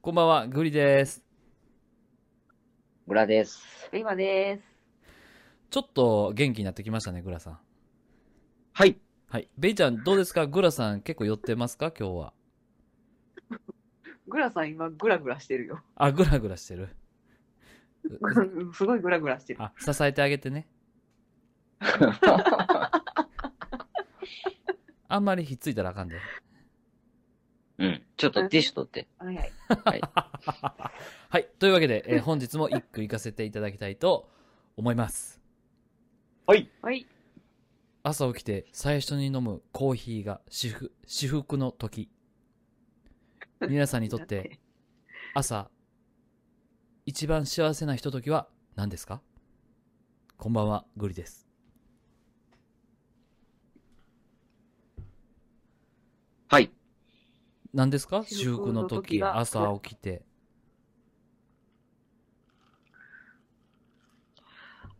こんばんは、グリです。グラです。今です。ちょっと元気になってきましたね、グラさん。はい。はい。ベイちゃん、どうですかグラさん、結構寄ってますか今日は。グラさん今グラグラしてるよ。あ、グラグラしてる。うすごいグラグラしてる。あ、支えてあげて ね。あんまりひっついたらあかんで。うん。ちょっとティッシュ取って。はいはい。はい。というわけで、えー本日も一句行かせていただきたいと思います。はい。朝起きて最初に飲むコーヒーが至福、至福の時。皆さんにとって朝、一番幸せなひとときは何ですかこんばんは、グリです。はい。何ですか至至福福のの時時、が朝起きて。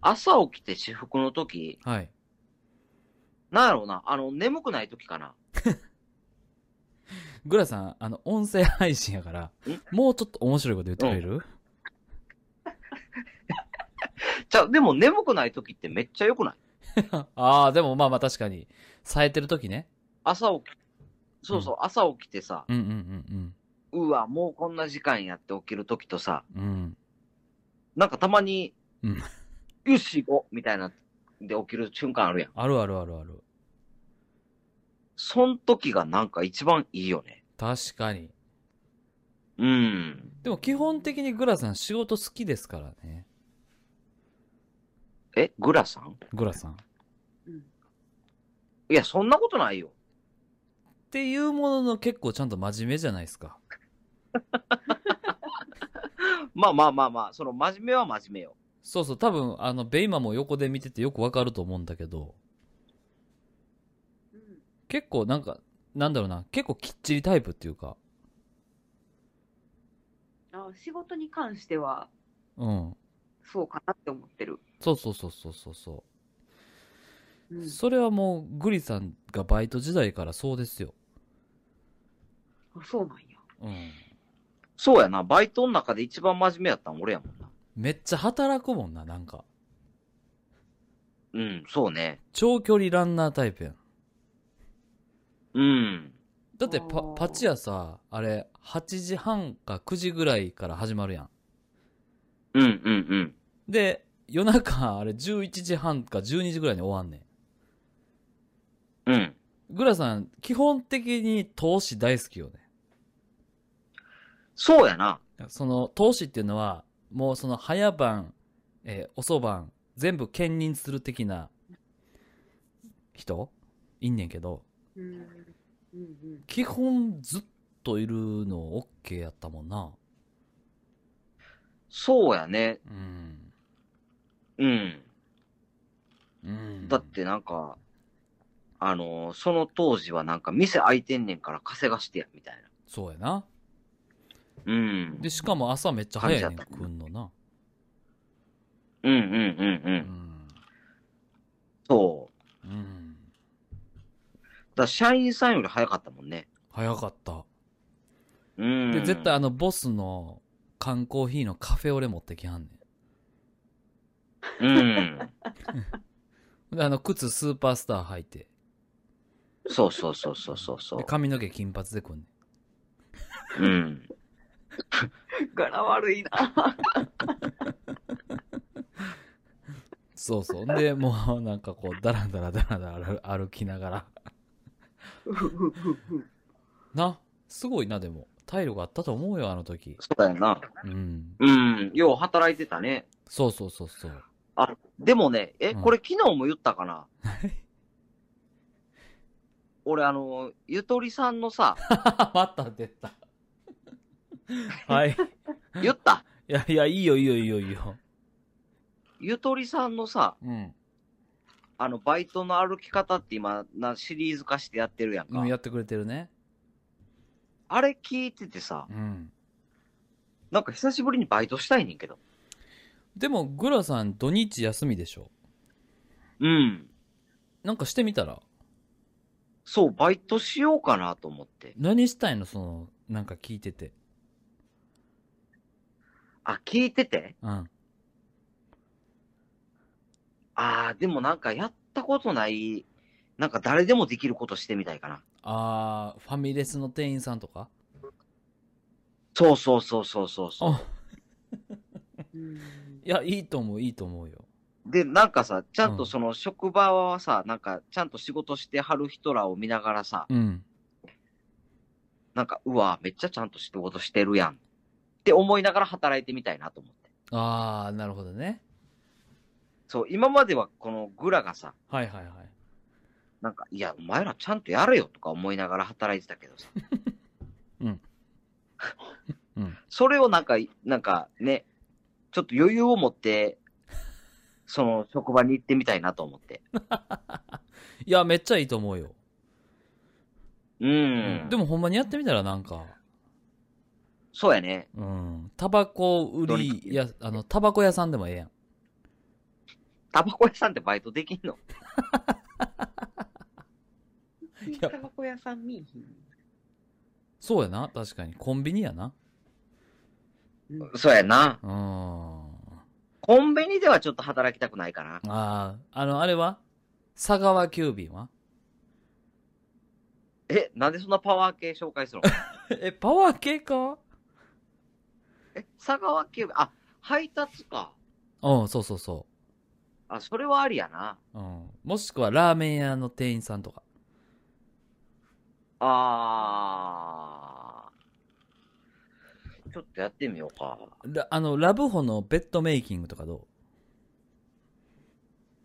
朝起きて私服の時、はい。なんやろうな。あの、眠くない時かな。グラさん、あの、音声配信やからん、もうちょっと面白いこと言ってくれる、じゃあ、でも眠くない時ってめっちゃ良くない ああ、でもまあまあ確かに。冴えてる時ね。朝起き、そうそう、朝起きてさ、うんうんうわ、もうこんな時間やって起きる時とさ、うんうん。うん。なんかたまに、うんよし、おみたいな、で起きる瞬間あるやん。あるあるあるある。そん時がなんか一番いいよね。確かに。うん。でも基本的にグラさん仕事好きですからね。え、グラさんグラさん。っいや、そんなことないよ。ていうものの結構ちゃんと真面目じゃないですか。まあまあまあまあ、その真面目は真面目よ。そうそう、多分、あの、ベイマも横で見ててよくわかると思うんだけど、結構なんか、なんだろうな、結構きっちりタイプっていうか、あ仕事に関してはうん。そうかなって思ってる。そうそうそうそうそうそうう。ん、それはもう、グリさんがバイト時代からそうですよ。あそうなんや。うん。そうやな、バイトの中で一番真面目やったん俺やもんな。めっちゃ働くもんな、なんか。うん、そうね。長距離ランナータイプやん。うん。だってパあーパチ屋さあれ8時半か9時ぐらいから始まるやんうん、うん、うん。で夜中あれ11時半か12時ぐらいに終わんねうん。んグラさん基本的に投資大好きよねそうやな。その投資っていうのはもうその早晩、えー遅晩全部兼任する的な人いんねんけどうんうんうん、基本ずっといるの OK やったもんなそうやね。うんうん。うんだってなんか、あのーその当時はなんか店開いてんねんから稼がしてや、みたいな。そうやなうん。で、しかも朝めっちゃ早いねん、来んのな。うん、うん、うん、う。うんん。そう。うん。だから社員さんより早かったもんね。早かった。うん。で、絶対。あの、ボスの缶コーヒーのカフェオレ持ってきはんねうん。ん。で、あの、靴スーパースター履いて。そうそうそうそうそうそで、髪の毛金髪で来んねん。う。うん。柄悪いな。そうそう。で、もうなんかこう、ダラダラダラダラ歩きながら。な、すごいな、でも。体力あったと思うよ、あの時。そうやな。うん。うん。よう働いてたね。そうそうそうそう。 でもね、え、うんこれ昨日も言った かな俺、あの、ゆとりさん のさ、また出た。はい。い言った、やいや、いいよ、いいよ、いいよ、いいよ。ゆとりさんのさ、うん。あの、バイトの歩き方って今、なシリーズ化してやってるやんかうん、。やってくれてるね。あれ聞いててさ、うん。なんか久しぶりにバイトしたいねんけど。でも、グラさん、土日休みでしょうん。なんかしてみたらそう、バイトしようかなと思って。何したいのその、なんか聞いてて。あ、聞いててうん。ああ、でもなんかやったことない、なんか誰でもできることしてみたいかな。あー、ファミレスの店員さんとかそうそうそうそうそうそう。あ、うんいや、いいと思う、いいと思うよ。で、なんかさ、ちゃんうとんその職場はさ、なんかちゃんと仕事してはる人らを見ながらさ、うん。なんか、うわ、めっちゃちゃんと仕事してるやん。って思いながら働いてみたいなと思って。あー、なるほどね。そう、今まではこのグラがさ、はいはいはい。なんか、いや、お前らちゃんとやれよとか思いながら働いてたけどさ。 うん。うん。それをなんか、なんかね、ちょっと余裕を持って、その職場に行ってみたいなと思って。いや、めっちゃいいと思うよ。うん。でもほんまにやってみたらなんか、そうやね。うん。タバコ売どりれ、や、あの、タバコ屋さんでもええやん。タバコ屋さんってバイトできんのやタバコ屋さん見いひんそうやな、確かに。コンビニやな。うんそうやな。うん。あコンビニではちょっと働きたくないかな。あー、あの、あれは佐川急便はえ、なんでそんなパワー系紹介するの え、パワー系かえ、佐川急便、あ、配達か。うん、そうそうそあ、それはありやな。う。うん。もしくはラーメン屋の店員さんとか。あー。ちょっとやってみようか。ラあの、ラブホのベッドメイキングとかど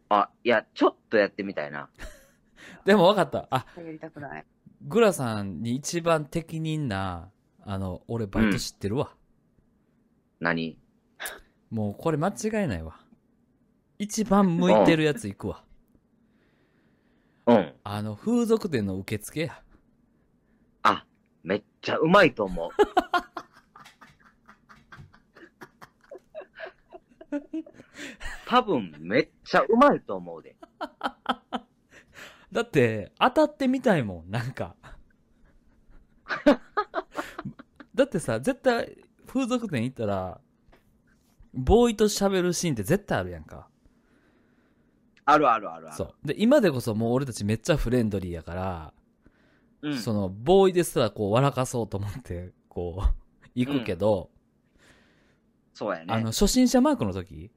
あ、いや、ちょっとやってみたいな。うでも分かった。あ、やりたくないグラさんに一番適任な、あの、俺バイト知ってるわ。何もうこれ間違いないわ。一番向いてるやつ行くわ。うん。あの、風俗店の受付や。あ、めっちゃうまいと 思う。多分めっちゃうまいと思うで。だって、当たってみたいもん、なん か。だってさ、絶対、風俗店行ったら、ボーイと喋るシーンって絶対あるやんか。あるあるあるある。そう。で、今でこそもう俺たちめっちゃフレンドリーやから、うん。その、ボーイですらこう笑かそうと思って、こう、行くけど、そうやね。あの、初心者マークの時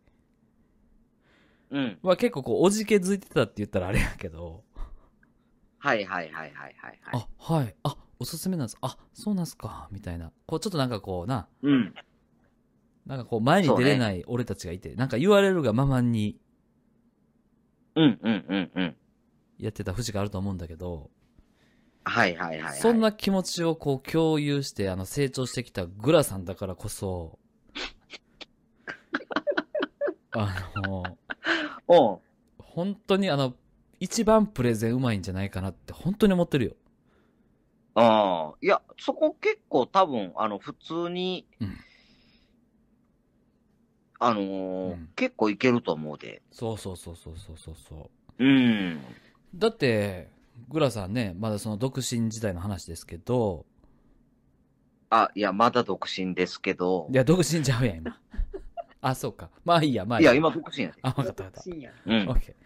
うん。は結構こう、おじけづいてたって言ったらあれやけど、はいはいはいはいはい、はい。あ、はい、あ、おすすめなんです。あ、そうなんすか、みたいな。こう、ちょっとなんかこうな、うん。なんかこう前に出れない俺たちがいて、なんか言われるがままにうんうんうんうん。やってた節があると思うんだけど、はいはいはい、はい。そん。な気持ちをこう共有して、あの成長してきたグラさんだからこ そ、あの、おう本当にあの、一番プレゼンうまいんじゃないかなって本当に思ってるよ。ああ。いや、そこ結構多分、あの、普通に、うんあのーうん結構いけると思うで。そうそうそうそうそうそうそう。うん。だって、グラさんね、まだその独身時代の話ですけど、あ、いや、まだ独身ですけどい。や、独身ちゃうやん、今。 あ、そうか。まあいいや、まあいいいや、や。今独身やで。あ、わかったわかった。深夜うんオ。ッケ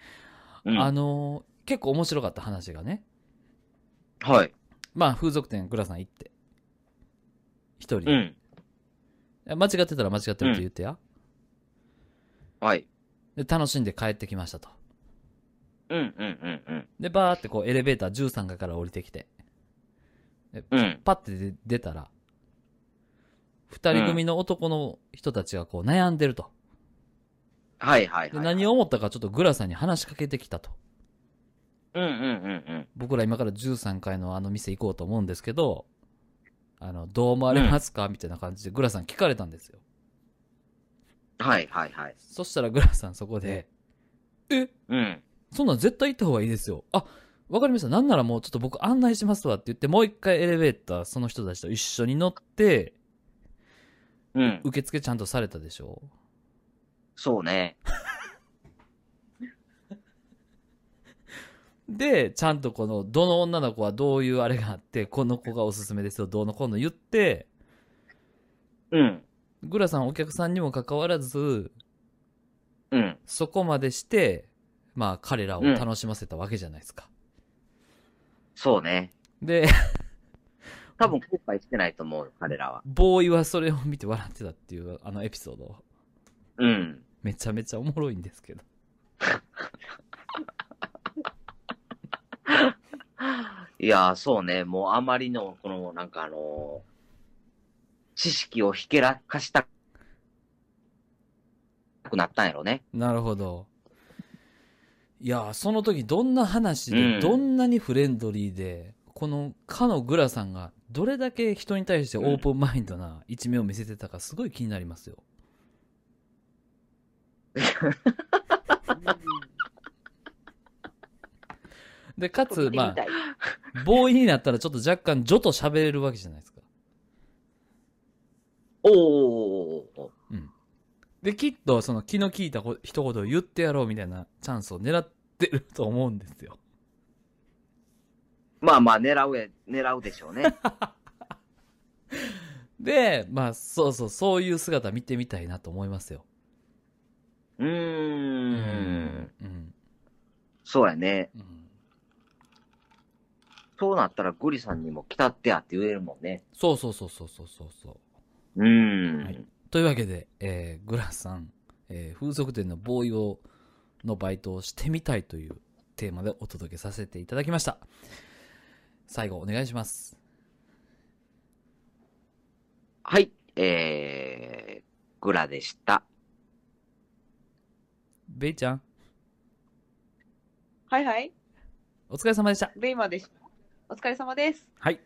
ーうん、あのー結構面白かった話がね。はい。まあ、風俗店、グラさん行って。一人うで、ん。間違ってたら間違ってるって言ってや。はい。で、楽しんで帰ってきましたと。うんうんうんで、バーってこう、エレベーター13階から降りてきて、うん。うん。パッて出出たら、二人組の男の人たちがこう、悩んでると。はいはいで、はい。何を思ったかちょっとグラさんに話しかけてきたと。うんうんうん僕ら今から13階のあの店行こうと思うんですけど、あの、どう思われますかみたいな感じでグラさん聞かれたんですよ。うん。はいはいはい。そしたらグラさんそこで、え、うん。そんなん絶対行った方がいいですよ。あ、わかりました。なんならもうちょっと僕案内しますわって言って、もう一回エレベーター、その人たちと一緒に乗って、うん。受付ちゃんとされたでしょそうね。で、ちゃんとこの、どの女の子はどういうあれがあって、この子がおすすめですよ、どうのこうの言って、うん。グラさんお客さんにもかかわらず、うん。そこまでして、まあ彼らを楽しませたわけじゃないですか。そうね。で、 多分後悔してないと思う、彼らは。ボーイはそれを見て笑ってたっていうあのエピソード。うん。めちゃめちゃおもろいんですけど。いやー、そうね。もうあまりの、この、なんかあのー知識をひけらかしたくなったんやろね。なるほど。いやー、その時どんな話で、うんどんなにフレンドリーで、このかのグラさんがどれだけ人に対してオープンマインドな一面を見せてたかすごい気になりますよ。で、かつ、まあ、ボーイになったらちょっと若干、女と喋れるわけじゃないですか。おーおーおーおーで、きっと、その気の利いたこ一言を言ってやろうみたいなチャンスを狙ってると思うんですよ。まあまあ、狙うや、狙うでしょ うね。で、まあ、そうそう、そういう姿見てみたいなと思いますよ。うー。うんうん。そうやね。うん。そうなったらグリさんにも来たってやって言えるもんね。そうそうそうそうそうそうそう。うーん。はいというわけで、えー、グラさん、えー風俗店のボーイを、のバイトをしてみたいというテーマでお届けさせていただきました。最後、お願いします。はい。えー、グラでした。ベイちゃん、はいはい。お疲れ様でした。ベイマーでした。お疲れ様です。はい。